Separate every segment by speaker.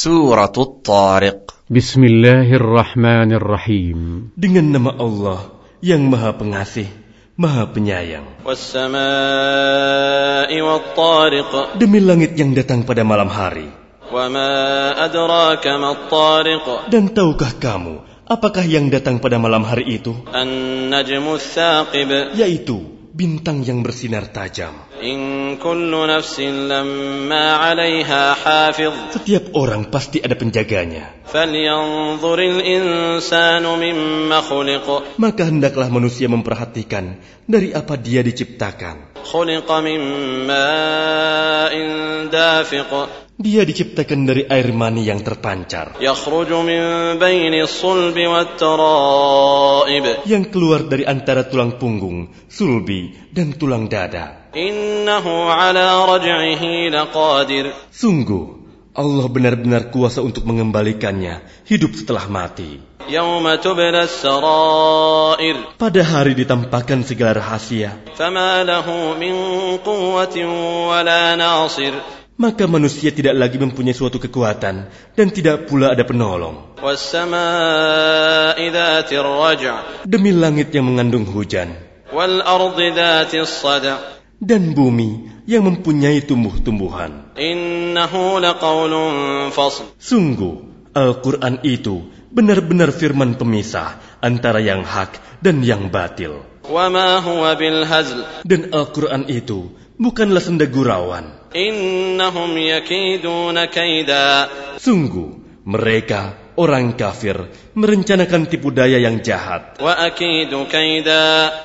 Speaker 1: سورة الطارق
Speaker 2: بسم الله الرحمن الرحيم
Speaker 3: Dengan nama Allah yang Maha Pengasih, Maha Penyayang.
Speaker 4: والسماء والطارق
Speaker 3: Demi langit yang datang pada malam hari.
Speaker 4: وما أدراك ما الطارق
Speaker 3: Dan tahukah kamu, apakah yang datang pada malam hari itu?
Speaker 4: النجم الثاقب
Speaker 3: Yaitu bintang yang bersinar tajam.
Speaker 4: إن كل نفس لما عليها حافظ
Speaker 3: Setiap orang pasti ada penjaganya.
Speaker 4: فلينظر الإنسان مما خلق
Speaker 3: Maka hendaklah manusia memperhatikan dari apa dia diciptakan.
Speaker 4: خلق من ماء دافق
Speaker 3: Dia diciptakan dari air mani yang terpancar.
Speaker 4: يخرج من بين الصلب والترائب
Speaker 3: Yang keluar dari antara tulang punggung, sulbi, dan tulang dada.
Speaker 4: إنه على رجعه لقادر
Speaker 3: Sungguh, Allah benar-benar kuasa untuk mengembalikannya hidup setelah mati.
Speaker 4: يوم تبلى السرائر
Speaker 3: Pada hari ditampakkan segala rahasia,
Speaker 4: فما له من قوة ولا ناصر
Speaker 3: maka manusia tidak lagi mempunyai suatu kekuatan dan tidak pula ada penolong.
Speaker 4: والسماء ذات الرجع
Speaker 3: Demi langit yang mengandung hujan
Speaker 4: والأرض ذات الصدع
Speaker 3: dan bumi yang mempunyai tumbuh-tumbuhan.
Speaker 4: إنه لقول فصل
Speaker 3: Sungguh, Al-Quran itu benar-benar firman pemisah antara yang hak dan yang batil.
Speaker 4: وما هو بالهزل
Speaker 3: Dan Al-Quran itu bukanlah senda gurauan.
Speaker 4: إنهم يكيدون كيدا
Speaker 3: Sungguh, mereka, orang kafir, merencanakan tipu daya yang jahat.
Speaker 4: وأكيد كيدا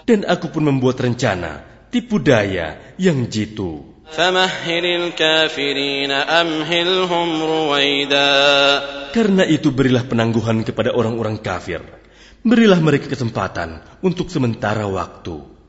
Speaker 3: Dan aku pun membuat rencana, tipu daya yang jitu.
Speaker 4: فمهل الكافرين أمهلهم رويدا
Speaker 3: Karena itu berilah penangguhan kepada orang-orang kafir. Berilah mereka kesempatan untuk sementara waktu.